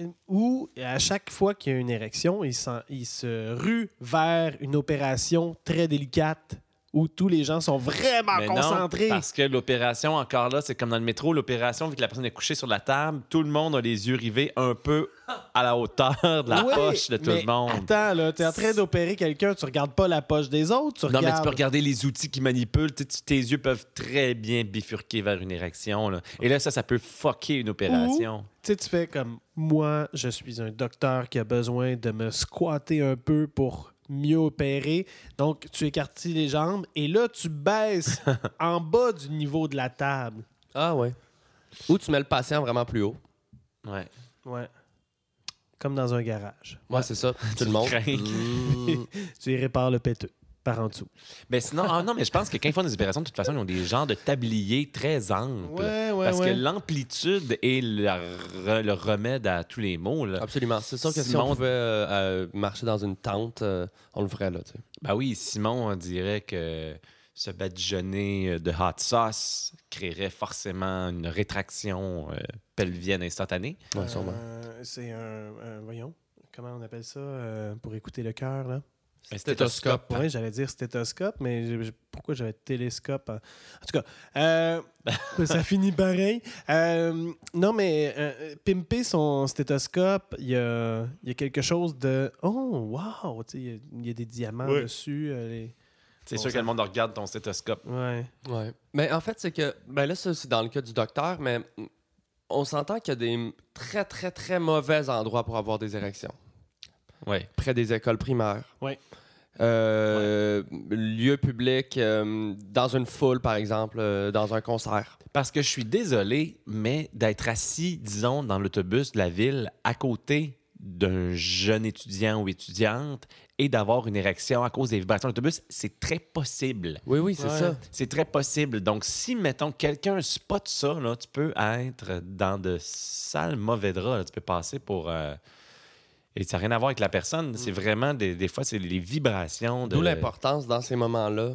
S2: euh, où, à chaque fois qu'il y a une érection, il, s'en- il se rue vers une opération très délicate où tous les gens sont vraiment
S3: Mais non,
S2: concentrés.
S3: parce que l'opération, encore là, c'est comme dans le métro, l'opération, vu que la personne est couchée sur la table, tout le monde a les yeux rivés un peu à la hauteur de la
S2: Oui,
S3: poche de tout
S2: mais
S3: le monde.
S2: Attends, là, t'es en train d'opérer quelqu'un, tu regardes pas la poche des autres, tu
S3: Non, mais tu
S2: regardes.
S3: peux regarder les outils qui manipulent. tu- tu- Tes yeux peuvent très bien bifurquer vers une érection. là. Et là, ça, ça peut fucker une opération.
S2: Tu sais, tu fais comme moi, je suis un docteur qui a besoin de me squatter un peu pour mieux opérer. Donc, tu écartilles les jambes et là, tu baisses en bas du niveau de la table.
S4: Ah ouais. Ou tu mets le patient vraiment plus haut.
S3: Ouais.
S2: Ouais. Comme dans un garage.
S4: Moi, c'est ça. Tout le monde. Mm.
S2: Tu y répares le péteux par en dessous.
S3: Mais sinon, ah non, mais je pense que quand ils font des opérations, de toute façon, ils ont des genres de tabliers très amples.
S2: Ouais, ouais,
S3: parce
S2: ouais.
S3: que l'amplitude est le, re- le remède à tous les maux.
S2: Ah.
S3: Là.
S4: Absolument. C'est sûr que si
S3: Simon-
S4: on pouvait euh, euh, marcher dans une tente, euh, on le ferait là. tu sais.
S3: Ben oui, Simon on dirait que se badigeonner euh, de hot sauce créerait forcément une rétraction euh, pelvienne instantanée.
S4: Ouais, sûrement.
S2: Euh, c'est un, un- Voyons, comment on appelle ça euh, pour écouter le cœur, là?
S3: Un
S4: stéthoscope.
S2: Ouais, j'allais dire stéthoscope, mais j'ai- j'ai- pourquoi j'avais télescope? hein? En tout cas, euh, ça finit pareil. Euh, non, mais euh, pimper son stéthoscope, il y a, il y a quelque chose de... Oh, wow! Tu sais, Il y, a- il y a des diamants
S3: Ouais.
S2: dessus. euh, les-
S3: C'est
S2: Bon,
S3: sûr
S2: ça-
S3: que le monde regarde ton stéthoscope.
S2: Ouais.
S4: Ouais. Mais en fait, c'est que. Ben là, ça, c'est dans le cas du docteur, mais mm, on s'entend qu'il y a des très, très, très mauvais endroits pour avoir des érections.
S3: Ouais.
S4: Près des écoles primaires.
S2: Ouais.
S4: Euh, Lieu public, euh, dans une foule, par exemple, euh, dans un concert.
S3: Parce que je suis désolé, mais d'être assis, disons, dans l'autobus de la ville à côté d'un jeune étudiant ou étudiante et d'avoir une érection à cause des vibrations de l'autobus, c'est très possible.
S4: Oui, oui, c'est
S2: Ouais.
S4: ça.
S3: C'est très possible. Donc, si, mettons, quelqu'un spot ça, là, tu peux être dans de sales mauvais draps. là. Tu peux passer pour... euh, Et ça n'a rien à voir avec la personne. C'est vraiment, des, des fois, c'est les vibrations de...
S4: D'où l'importance dans ces moments-là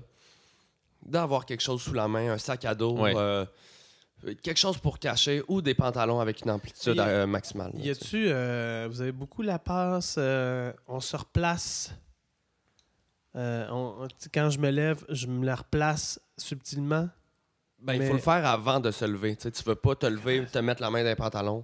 S4: d'avoir quelque chose sous la main, un sac à dos,
S3: Ouais.
S4: euh, quelque chose pour cacher ou des pantalons avec une amplitude
S2: Y a-
S4: euh, maximale.
S2: Y a-tu, euh, vous avez beaucoup la passe, euh, on se replace. Euh, on- tu sais, quand je me lève, je me la replace subtilement.
S4: Ben, Il
S2: Mais-
S4: faut le faire avant de se lever. Tu sais, tu veux pas te lever, te mettre la main dans les pantalons.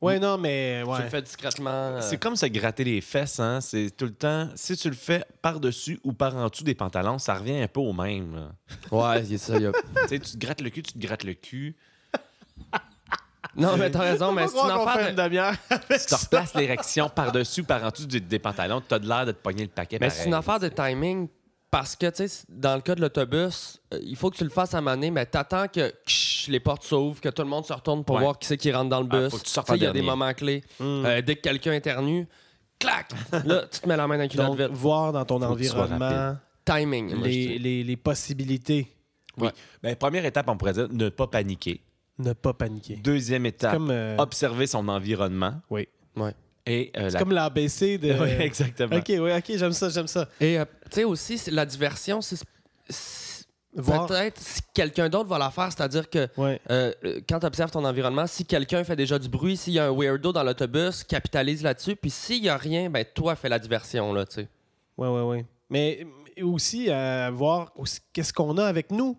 S2: Ouais,
S4: Oui.
S2: non, mais. Ouais.
S4: Tu le fais discrètement. euh,
S3: C'est comme se gratter les fesses, hein. C'est tout le temps. Si tu le fais par-dessus ou par en dessous des pantalons, ça revient un peu au même. là.
S4: Ouais, c'est ça. y a-
S3: tu sais, tu te grattes le cul, tu te grattes le cul,
S4: Non, mais t'as raison, mais
S2: Faut
S4: c'est
S2: croire
S4: une
S2: qu'on fait
S4: affaire
S2: une
S4: de-
S2: demi-heure avec
S3: tu te
S2: ça.
S3: replaces l'érection par-dessus ou par en dessous du- des pantalons, t'as de l'air de te pogner le paquet.
S4: Mais
S3: pareil.
S4: c'est une affaire de timing parce que, tu sais, dans le cas de l'autobus, euh, il faut que tu le fasses à maner, mais t'attends que ksh, les portes s'ouvrent, que tout le monde se retourne pour
S3: Ouais.
S4: voir qui c'est qui rentre dans le
S3: Ah,
S4: bus.
S3: faut que tu sortes
S4: sais,
S3: en
S4: il y a des
S3: dernier.
S4: moments clés. Euh, dès que quelqu'un éternue, clac! Là, tu te mets la main dans la culotte
S2: Donc,
S4: vite.
S2: voir dans ton
S3: Faut que tu sois
S2: environnement
S4: Timing. moi, je
S2: les,
S4: dis.
S2: les- les possibilités.
S3: Oui. Ben, première étape, on pourrait dire ne pas paniquer.
S2: Ne pas paniquer.
S3: Deuxième étape,
S2: Comme, euh,
S3: observer son environnement.
S2: Oui.
S4: Ouais.
S3: Et euh,
S2: C'est
S3: la.
S2: comme l'ABC de.
S3: Oui, exactement.
S2: ok, oui, ok, j'aime ça, j'aime ça.
S4: Et, euh, tu sais, aussi, c'est- la diversion, c'est- c'est-
S2: Voir-
S4: Peut-être si quelqu'un d'autre va la faire, c'est-à-dire que
S2: Ouais.
S4: euh, euh, quand tu observes ton environnement, si quelqu'un fait déjà du bruit, s'il y a un weirdo dans l'autobus, capitalise là-dessus, puis s'il y a rien, ben toi fais la diversion là, tu sais.
S2: Ouais, ouais, ouais. Mais mais aussi, à voir aussi qu'est-ce qu'on a avec nous.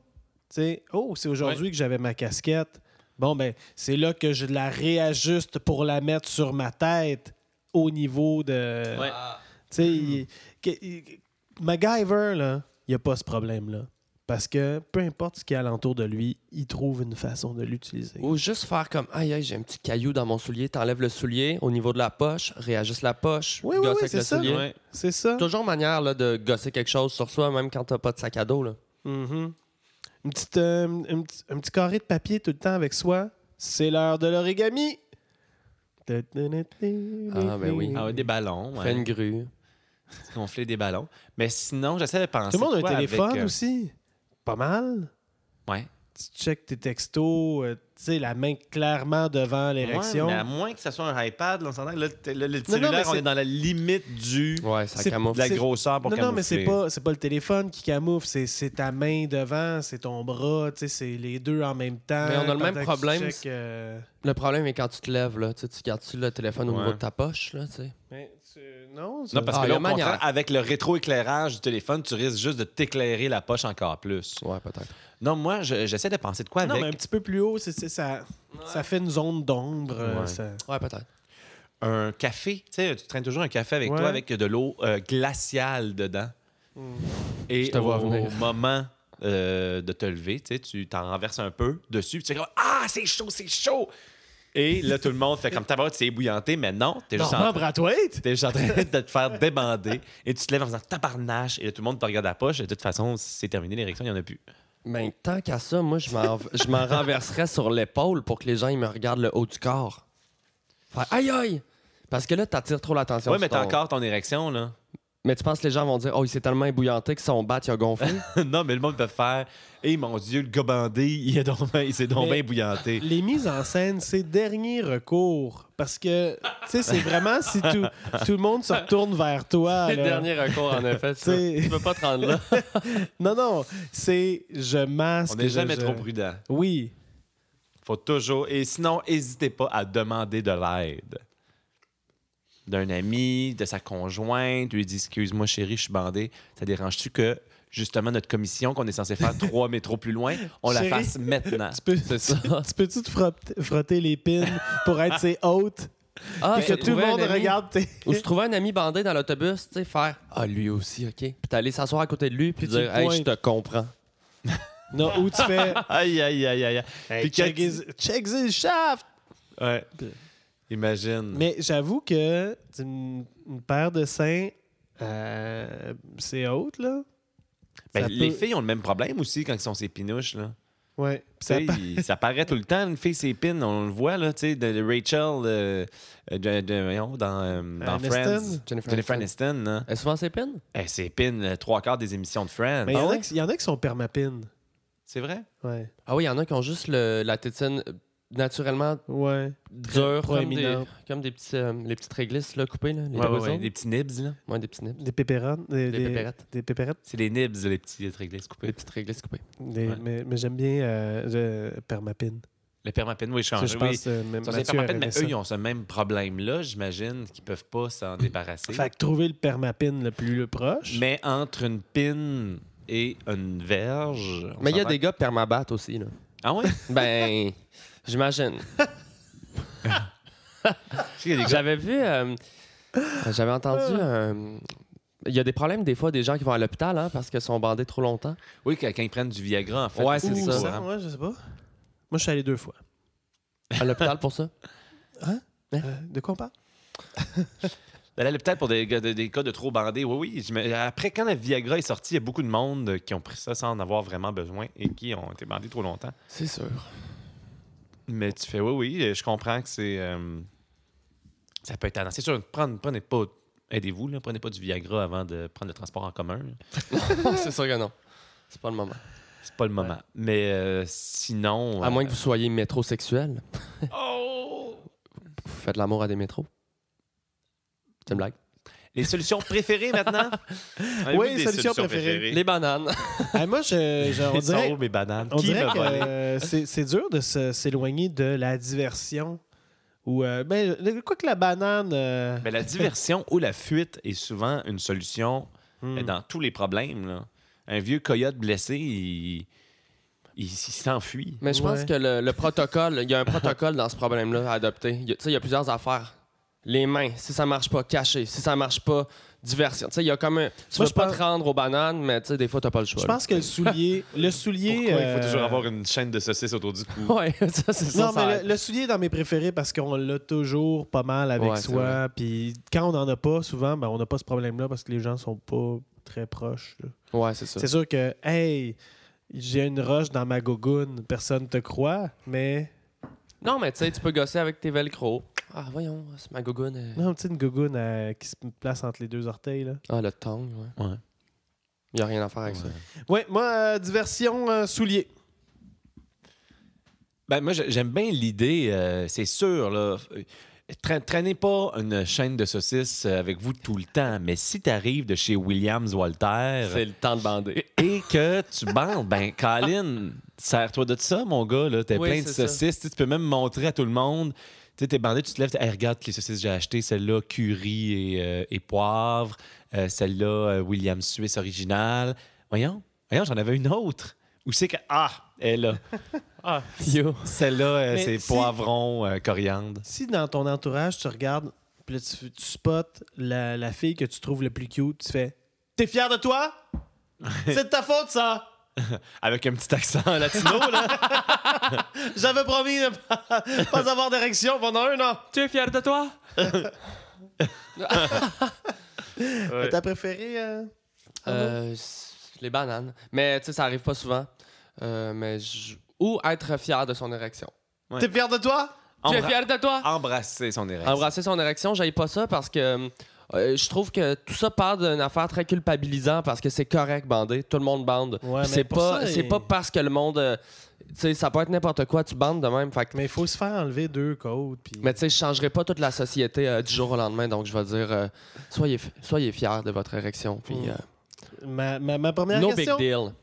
S2: Tu sais, oh, c'est aujourd'hui que j'avais ma casquette. Bon, ben, c'est là que je la réajuste pour la mettre sur ma tête au niveau de.
S3: Ouais.
S2: Tu sais, il- que- il- MacGyver, là, il n'y a pas ce problème-là. Parce que peu importe ce qu'il y a alentour de lui, il trouve une façon de l'utiliser.
S4: Ou juste faire comme aïe aïe, j'ai un petit caillou dans mon soulier, t'enlèves le soulier au niveau de la poche, réajuste la poche,
S2: Oui, oui,
S4: gosse
S2: oui,
S4: avec
S2: c'est
S4: le
S2: ça.
S4: soulier.
S3: Ouais.
S2: C'est ça.
S4: Toujours manière là, de gosser quelque chose sur soi, même quand t'as pas de sac à dos. Là.
S2: Mhm. Une petite, euh, un, petit, un petit carré de papier tout le temps avec soi. C'est l'heure de l'origami. Ah,
S4: ben oui.
S3: Ah ouais, des ballons.
S4: Fais
S3: Ouais.
S4: une grue.
S3: Gonfler des ballons. Mais sinon, j'essaie de penser.
S2: Tout le monde a un
S3: quoi avec,
S2: téléphone
S3: euh,
S2: aussi. Pas mal.
S3: Ouais.
S2: Tu checkes tes textos, euh, tu sais, la main clairement devant l'érection.
S3: Ouais, mais à moins que ce soit un iPad, là, on s'entend que là, le t- le, le
S2: non,
S3: cellulaire,
S2: mais
S3: on
S2: c'est-
S3: est dans la limite du, de
S4: Ouais, ça
S2: C'est-
S4: camoufle.
S3: la
S2: c'est-
S3: grosseur pour
S2: non, non, mais c'est
S3: camoufler.
S2: pas, c'est pas le téléphone qui camoufle, c'est, c'est ta main devant, c'est ton bras, tu sais, c'est les deux en même temps.
S4: Mais on a le
S2: Pendant
S4: même
S2: que tu
S4: problème,
S2: checkes,
S4: c'est-
S2: euh,
S4: Le problème est quand tu te lèves, là, tu sais, tu gardes-tu le téléphone au
S3: Ouais.
S4: niveau de ta poche, là, tu sais.
S2: mais tu- Non, ça-
S3: Non, parce
S4: Ah,
S3: que
S4: y a
S3: là, au contraire,
S4: manière.
S3: avec le rétroéclairage du téléphone, tu risques juste de t'éclairer la poche encore plus.
S4: Ouais, peut-être.
S3: Non, moi, je- j'essaie de penser de quoi
S2: Non,
S3: avec
S2: mais un petit peu plus haut, c'est, c'est- ça, ça fait une zone d'ombre. euh,
S3: Ouais.
S2: ça-
S4: Ouais, peut-être.
S3: un café. Tu sais, tu traînes toujours un café avec
S2: Ouais.
S3: toi avec de l'eau euh, glaciale dedans. Et
S4: Je te
S3: au,
S4: vois venir.
S3: au moment euh, de te lever, tu sais, tu t'en renverses un peu dessus. puis Tu es comme Ah, c'est chaud, c'est chaud! Et là, tout le monde fait comme tabarouette, c'est ébouillanté, mais non, t'es juste, en
S2: Norman
S3: train-
S2: Brathwaite?
S3: t'es juste en train de te faire débander. Et tu te lèves en faisant tabarnache. Et là, tout le monde te regarde la poche. Et de toute façon, c'est terminé, l'érection, il n'y en a plus.
S4: Mais Ben, tant qu'à ça, moi, je m'en je m'en renverserais sur l'épaule pour que les gens ils me regardent le haut du corps. Faire aïe aïe! Parce que là, t'attires trop l'attention.
S3: Ouais,
S4: sur
S3: mais t'as
S4: ton-
S3: encore ton érection, là.
S4: Mais tu penses que les gens vont dire, oh, il s'est tellement ébouillanté que son bat, il a gonflé.
S3: non, mais le monde peut faire Eh mon Dieu, le gars bandé, il, est donc bien- il s'est donc
S2: Mais-
S3: bien bouillanté.
S2: Les mises en scène, c'est dernier recours. Parce que, tu sais, c'est vraiment si tout, tout le monde se retourne vers toi.
S4: C'est le
S2: là.
S4: dernier recours, en effet. ça.
S2: C'est-
S4: Tu peux pas te rendre là.
S2: Non, non, c'est je masque.
S3: On n'est
S2: je-
S3: jamais
S2: je-
S3: trop prudent.
S2: Oui.
S3: Faut toujours. Et sinon, n'hésitez pas à demander de l'aide. D'un ami, de sa conjointe, lui dit Excuse-moi, chérie, je suis bandé. Ça dérange-tu que, justement, notre commission qu'on est censé faire trois métros plus loin, on la
S2: Chérie.
S3: fasse maintenant
S2: Tu peux,
S4: C'est ça.
S2: tu, peux-tu te frotter, frotter les pines pour être ses hôtes?
S4: Ah,
S2: Puis que
S4: se
S2: tout le
S4: trouver un
S2: monde
S4: ami-
S2: regarde tes.
S4: Ou se trouver un ami bandé dans l'autobus, tu sais, faire Ah, lui aussi, OK. Puis t'aller s'asseoir à côté de lui, puis,
S2: Puis tu
S4: dire
S2: le
S4: Hey,
S2: pointes.
S4: je te comprends.
S2: Non, ou tu fais.
S3: Aïe, aïe, aïe, aïe. aïe. Puis que-
S2: check, his, check his shaft!
S3: Ouais. Imagine.
S2: Mais j'avoue que tu sais, une, une paire de seins, euh, c'est haute, là.
S3: Ben,
S2: ça
S3: les
S2: peut-
S3: filles ont le même problème aussi quand ils sont ces pinouches. Là.
S2: Ouais.
S3: Ça,
S2: Ça pa-
S3: ça paraît tout le temps, une fille, ses pines, on le voit, là, tu sais, de, de Rachel euh, euh, de- de- voyons, dans, euh, dans
S2: Aniston?
S3: Friends.
S4: Jennifer
S3: Jennifer
S4: Aniston.
S3: Aniston, hein. là.
S4: Elle souvent ses pines?
S3: Elle s'épine euh, trois quarts des émissions de Friends.
S2: Mais il y, en a
S3: Ah ouais?
S2: qui- il y en a qui sont permapines.
S3: C'est vrai?
S2: Ouais.
S4: Ah oui, il y en a qui ont juste le- la tétine euh, naturellement
S2: Ouais.
S4: dure, comme des,
S2: proéminente.
S4: comme des petits, euh, les petites réglisses là, coupées, là, les
S3: Ouais, ouais,
S4: oiseaux.
S3: ouais, Des petits nibs, là.
S4: Ouais, des petits nips.
S2: Des pépérones. Des,
S4: Des
S2: des-
S4: pépérettes.
S2: Des pépérettes.
S3: C'est les nibs, les petits réglisses
S4: Des
S3: coupés.
S4: petites réglisses coupées.
S2: Des-
S3: Ouais.
S2: Mais, mais j'aime bien euh, je- permapine.
S3: Le permapine, oui,
S2: Ça,
S3: change.
S2: je
S3: oui.
S2: pense euh, même
S3: Ça, c'est
S2: Mathieu
S3: le permapine,
S2: aimait
S3: mais
S2: ça.
S3: eux, ils ont ce même problème-là, j'imagine, qu'ils peuvent pas s'en débarrasser.
S2: Fait que trouver le permapine le plus le proche.
S3: Mais entre une pine et une verge. on
S4: Mais il y a
S3: s'entend-
S4: des gars permabattes aussi, là.
S3: Ah ouais?
S4: Ben, j'imagine.
S3: Il y a des gars-
S4: J'avais vu. euh, J'avais entendu. euh, Il y a des problèmes des fois des gens qui vont à l'hôpital hein, parce qu'ils sont bandés trop longtemps.
S3: Oui, quand quand ils prennent du Viagra, en fait.
S4: Ouais,
S3: c'est
S4: c'est
S2: Ou
S3: des
S4: ça.
S3: courants.
S2: ouais, je sais pas. Moi, je suis allé deux fois.
S4: À l'hôpital pour ça.
S2: Euh, de quoi on parle?
S3: D'aller à l'hôpital Ben, pour des, des- des cas de trop bandé, oui, oui. j'ima- Après, quand la Viagra est sortie, il y a beaucoup de monde qui ont pris ça sans en avoir vraiment besoin et qui ont été bandés trop longtemps.
S4: C'est sûr.
S3: Mais tu fais, oui, oui, je comprends que c'est. euh, ça peut être tendance. C'est sûr, prendre- prenez pas. Aidez-vous, là, prenez pas du Viagra avant de prendre le transport en commun. là.
S4: Ah, c'est sûr que non. C'est pas le moment.
S3: C'est pas le moment. Mais euh, sinon.
S4: À
S3: euh,
S4: moins que vous soyez métrosexuel.
S3: Oh!
S4: Vous faites l'amour à des métros. C'est une blague.
S3: Les solutions préférées maintenant?
S2: Oui, solutions préférées.
S4: Les bananes.
S2: Ah, moi, je, je- on
S3: Ils sont
S2: dirait,
S3: où mes bananes?
S2: on
S3: Qui
S2: dirait
S3: m'a
S2: que
S3: volé?
S2: euh, c'est c'est dur de se- s'éloigner de la diversion. Ou, euh, ben, le- quoi que la banane. euh,
S4: Ben,
S3: Mais la diversion ou la fuite est souvent une solution
S2: hmm.
S3: euh, dans tous les problèmes. là. Un vieux coyote blessé, il, il- il s'enfuit.
S4: Mais je pense
S2: Ouais.
S4: que le, le protocole, il y a un protocole dans ce problème-là à adopter. Il y a- Tu sais, il y a plusieurs affaires. Les mains, si ça marche pas, cacher. Si ça marche pas, diversion. Tu sais, il y a comme un. Tu
S2: Moi,
S4: veux
S2: je
S4: pas
S2: pense-
S4: te rendre aux bananes, mais tu sais, des fois, t'as pas le choix.
S2: Je
S4: là.
S2: pense que le soulier. le soulier. euh,
S3: une chaîne de saucisses autour du cou?
S4: Ouais, ça, c'est ça.
S2: Non,
S4: ça
S2: mais
S4: aide.
S2: le, le soulier est dans mes préférés parce qu'on l'a toujours pas mal avec
S4: Ouais, c'est
S2: soi. Puis quand on n'en a pas, souvent, ben, on n'a pas ce problème-là parce que les gens sont pas très proches. là.
S4: Ouais, c'est ça.
S2: C'est sûr que, hey, j'ai une roche dans ma gogoune, personne te croit, mais.
S4: Non, mais tu sais, tu peux gosser avec tes velcro. Ah, voyons, c'est ma gogoune. elle-
S2: Non, tu sais, une gogoune euh, qui se place entre les deux orteils. Là.
S4: Ah, le tongue, ouais.
S3: Ouais.
S4: Il y a rien à faire avec ça.
S2: Ouais, moi, euh, diversion, euh, soulier.
S3: Ben, moi, je- j'aime bien l'idée, euh, c'est sûr. Là. Tra- traînez pas une chaîne de saucisses euh, avec vous tout le temps, mais si tu arrives de chez Williams Walter
S4: C'est le temps de bander.
S3: et que tu bandes, ben, Colin, sers-toi de ça, mon gars. là. T'as
S4: Oui,
S3: plein de
S4: c'est ça.
S3: saucisses. Tu sais, tu peux même montrer à tout le monde. Tu sais, t'es bandé, tu te lèves, tu dis, Hey, regarde les saucisses que j'ai achetées, celle-là, curry et, euh, et poivre, Euh, celle-là, euh, Williams Suisse original. Voyons, voyons, j'en avais une autre. Où c'est que. Ah, elle est là.
S4: Yo.
S3: Celle-là, euh,
S2: Ah, Mais
S3: c'est
S2: si-
S3: poivron, euh, coriandre.
S2: Si dans ton entourage, tu regardes, puis là, tu, tu spots la, la fille que tu trouves le plus cute, tu fais T'es fier de toi C'est de ta faute, ça
S3: Avec un petit accent latino, là.
S2: J'avais promis de pas, pas avoir d'érection pendant un an.
S4: Tu es fier de toi?
S2: T'as préféré euh,
S4: Euh, c'est- les bananes. Mais tu sais, ça arrive pas souvent. Euh, mais je- Ou être fier de son érection.
S3: Ouais.
S2: T'es fier de toi
S4: Tu es
S3: Embra-
S4: fier de toi?
S3: Embrasser son érection.
S4: Embrasser son érection, j'aille pas ça parce que euh, je trouve que tout ça part d'une affaire très culpabilisante parce que c'est correct bander, tout le monde bande.
S2: Ouais,
S4: Puis
S2: mais
S4: c'est
S2: pour
S4: pas
S2: ça,
S4: c'est
S2: il-
S4: pas parce que le monde euh, tu sais ça peut être n'importe quoi, tu bandes de même fait que-
S2: Mais il faut se faire enlever deux côtes. Puis...
S4: mais tu sais, je changerai pas toute la société euh, du jour au lendemain, donc je vais dire euh, soyez, fi- soyez fiers de votre érection. Puis,
S2: Mm.
S4: euh,
S2: Ma, ma- ma première
S4: no
S2: question.
S4: big deal.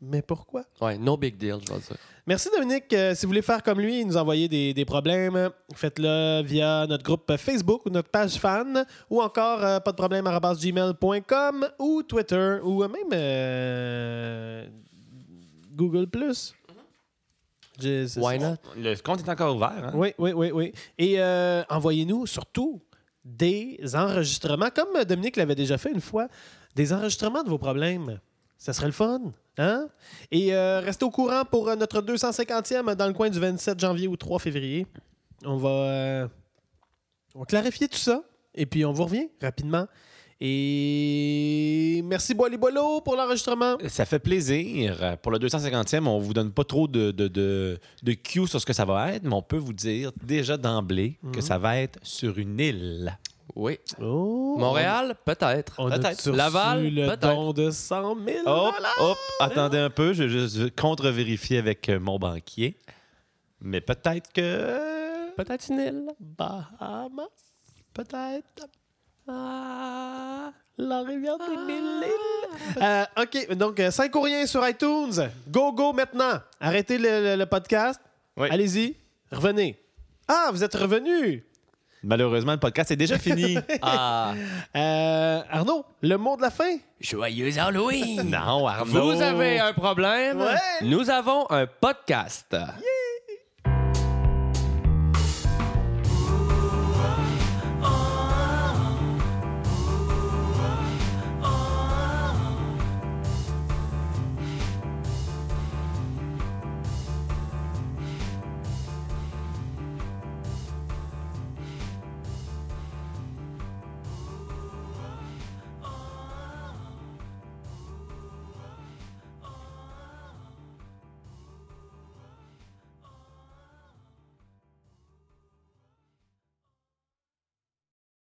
S2: Mais pourquoi
S4: Ouais, no big deal, je vais dire.
S2: Merci Dominique. Euh, si vous voulez faire comme lui et nous envoyer des, des problèmes, faites-le via notre groupe Facebook ou notre page fan ou encore euh, pas de problème gmail.com ou Twitter ou euh, même euh, Google Plus.
S4: Why not?
S3: Le compte est encore ouvert. Hein?
S2: Oui, oui, oui, oui. Et euh, envoyez-nous surtout des enregistrements, comme Dominique l'avait déjà fait une fois, des enregistrements de vos problèmes. Ça serait le fun, hein? Et euh, restez au courant pour euh, notre 250e dans le coin du 27 janvier ou 3 février. On va, euh, on va clarifier tout ça et puis on vous revient rapidement. Et merci Boily Boileau pour l'enregistrement.
S3: Ça fait plaisir. Pour le 250e, on vous donne pas trop de, de, de, de cues sur ce que ça va être, mais on peut vous dire déjà d'emblée que ça va être sur une île.
S4: Oui.
S2: Oh,
S4: Montréal, peut-être.
S2: On a
S3: Peut-être.
S2: reçu
S4: Laval,
S2: le
S4: peut-être.
S2: don de 100 000
S3: Hop, hop, attendez un peu, je vais juste contre-vérifier avec euh, mon banquier. Mais peut-être que.
S4: Peut-être une île.
S2: Bahamas, peut-être.
S4: Ah.
S2: La rivière des mille îles. Euh, OK, donc 5 courriers sur iTunes. Go, go maintenant. Arrêtez le, le- le podcast.
S3: Oui.
S2: Allez-y. Revenez. Ah, vous êtes revenu.
S3: Malheureusement, le podcast est déjà fini.
S4: Ah.
S2: Euh, Arnaud, le mot de la fin.
S4: Joyeux Halloween!
S3: non, Arnaud.
S4: Vous avez un problème?
S2: Ouais.
S4: Nous avons un podcast.